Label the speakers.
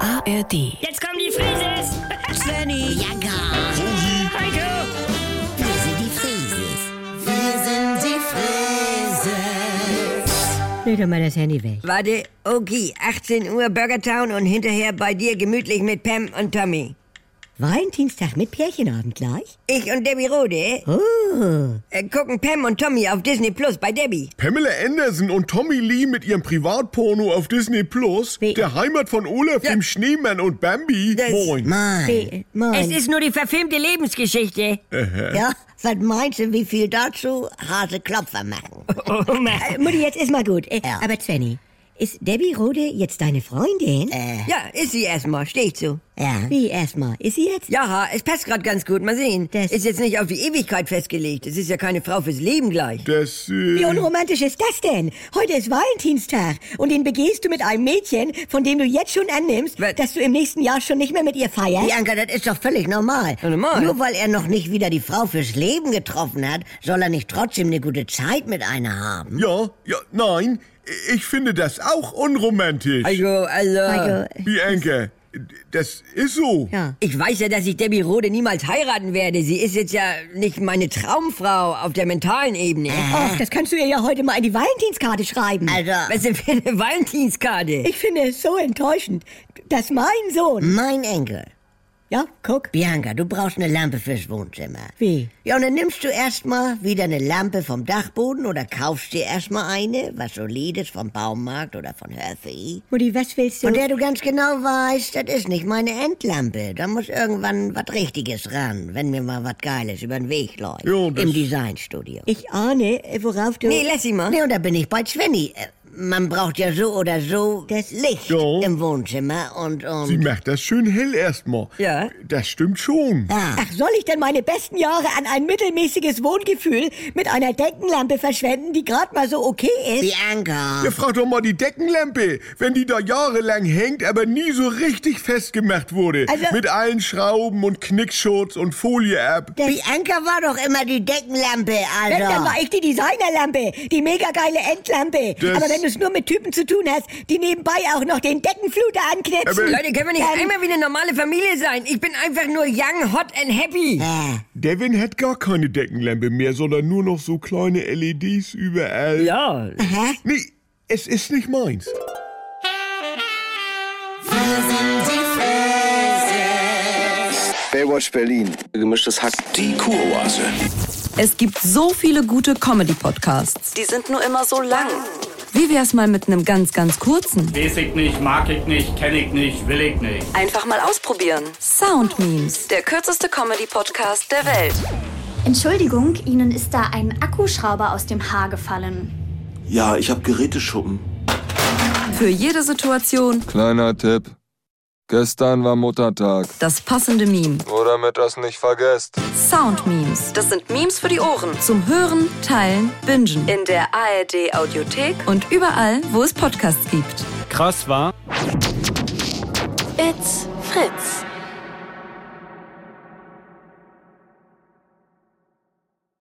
Speaker 1: ARD.
Speaker 2: Jetzt kommen die Frises!
Speaker 3: Svenny. Ja, gar.
Speaker 2: Heiko!
Speaker 3: Wir sind die Frieses. Wir sind die Frieses.
Speaker 4: Leg doch mal das Handy weg.
Speaker 5: Warte, okay, 18 Uhr Burgertown und hinterher bei dir gemütlich mit Pam und Tommy.
Speaker 4: Valentinstag mit Pärchenabend gleich?
Speaker 5: Ich und Debbie Rode
Speaker 4: Oh,
Speaker 5: äh, gucken Pam und Tommy auf Disney Plus bei Debbie.
Speaker 6: Pamela Anderson und Tommy Lee mit ihrem Privatporno auf Disney Plus,
Speaker 4: Wie?
Speaker 6: der Heimat von Olaf, dem Schneemann und Bambi.
Speaker 5: Das-
Speaker 6: Moin.
Speaker 3: Mann.
Speaker 4: äh, moin.
Speaker 5: Es ist nur die verfilmte Lebensgeschichte.
Speaker 3: Ja, was meinst du, wie viel dazu harte Klopfer machen?
Speaker 2: Oh Mann!
Speaker 4: Äh, Mutti, jetzt ist mal gut. Äh,
Speaker 3: Ja.
Speaker 4: Aber Svenny, ist Debbie Rode jetzt deine Freundin?
Speaker 3: Äh,
Speaker 5: Ja, ist sie erstmal, stehe ich zu.
Speaker 3: ja.
Speaker 4: Wie erstmal? Ist sie jetzt?
Speaker 5: Ja, es passt gerade ganz gut, mal sehen.
Speaker 4: Das-
Speaker 5: ist jetzt nicht auf die Ewigkeit festgelegt. Es ist ja keine Frau fürs Leben gleich.
Speaker 6: Das,
Speaker 4: Wie
Speaker 6: äh,
Speaker 4: unromantisch ist das denn? Heute ist Valentinstag und den begehst du mit einem Mädchen, von dem du jetzt schon annimmst,
Speaker 5: Was?
Speaker 4: dass du im nächsten Jahr schon nicht mehr mit ihr feierst?
Speaker 3: Bianca, das ist doch völlig normal.
Speaker 5: Ja, normal.
Speaker 3: Nur weil er noch nicht wieder die Frau fürs Leben getroffen hat, soll er nicht trotzdem eine gute Zeit mit einer haben.
Speaker 6: ja, ja, nein, ich finde das auch unromantisch.
Speaker 5: Also, also,
Speaker 4: Also,
Speaker 6: Bianca, das ist so.
Speaker 4: ja.
Speaker 5: Ich weiß ja, dass ich Debbie Rode niemals heiraten werde. Sie ist jetzt ja nicht meine Traumfrau auf der mentalen Ebene. Oh,
Speaker 4: Ach, das kannst du ihr ja heute mal in die Valentinskarte schreiben.
Speaker 3: Äh, Also,
Speaker 5: Was ist denn für eine Valentinskarte?
Speaker 4: Ich finde es so enttäuschend, dass mein Sohn...
Speaker 3: mein Enkel.
Speaker 4: Ja, guck.
Speaker 3: Bianca, du brauchst eine Lampe fürs Wohnzimmer.
Speaker 4: Wie?
Speaker 3: Ja, und dann nimmst du erstmal wieder eine Lampe vom Dachboden oder kaufst dir erstmal eine, was solides vom Baumarkt oder von Herfey.
Speaker 4: Mutti, was willst du?
Speaker 3: Von der du ganz genau weißt, das ist nicht meine Endlampe. Da muss irgendwann was Richtiges ran, wenn mir mal was Geiles über den Weg läuft.
Speaker 6: Jo, das-
Speaker 3: Im Designstudio.
Speaker 4: Ich ahne, äh, worauf du...
Speaker 5: Nee, lass sie mal.
Speaker 3: Ne, und da bin ich bei Svenny. Äh, Man braucht ja so oder so das Licht
Speaker 6: Jo.
Speaker 3: im Wohnzimmer und, um und...
Speaker 6: Sie macht das schön hell erstmal.
Speaker 5: Ja.
Speaker 6: Das stimmt schon.
Speaker 3: ja.
Speaker 4: Ach, soll ich denn meine besten Jahre an ein mittelmäßiges Wohngefühl mit einer Deckenlampe verschwenden, die gerade mal so okay ist?
Speaker 3: Bianca.
Speaker 6: Ja, frag doch mal die Deckenlampe, wenn die da jahrelang hängt, aber nie so richtig festgemacht wurde.
Speaker 4: Also-
Speaker 6: Mit allen Schrauben und Knickschutz und Folie ab.
Speaker 4: das-
Speaker 3: Bianca war doch immer die Deckenlampe,
Speaker 4: Wenn, dann
Speaker 3: also.
Speaker 4: war ich die Designerlampe, die mega geile Endlampe.
Speaker 6: Das-
Speaker 4: Aber wenn du es nur mit Typen zu tun hast, die nebenbei auch noch den Deckenfluter anknipsen.
Speaker 6: Aber-
Speaker 5: Leute, können wir nicht
Speaker 4: Ähm,
Speaker 5: einmal wie eine normale Familie sein? Ich bin einfach nur young, hot and happy.
Speaker 3: Äh,
Speaker 6: Devin hat gar keine Deckenlampe mehr, sondern nur noch so kleine LEDs überall.
Speaker 5: Ja.
Speaker 6: Nee, es ist nicht meins.
Speaker 7: Baywatch Berlin. Gemischtes Hack. Die Kuroase.
Speaker 8: Es gibt so viele gute Comedy-Podcasts. Die sind nur immer so lang. Wie wär's mal mit einem ganz, ganz kurzen?
Speaker 9: Weiß ich nicht, mag ich nicht, kenne ich nicht, will ich nicht.
Speaker 8: Einfach mal ausprobieren. Sound Memes, der kürzeste Comedy-Podcast der Welt.
Speaker 10: Entschuldigung, Ihnen ist da ein Akkuschrauber aus dem Haar gefallen.
Speaker 11: Ja, ich habe Geräteschuppen.
Speaker 8: Für jede Situation
Speaker 11: Kleiner Tipp. Gestern war Muttertag.
Speaker 8: das passende Meme.
Speaker 11: Nur damit das nicht vergesst.
Speaker 8: Sound Memes, das sind Memes für die Ohren. Zum Hören, Teilen, Bingen. In der ARD-Audiothek und überall, wo es Podcasts gibt.
Speaker 9: Krass war.
Speaker 10: It's Fritz.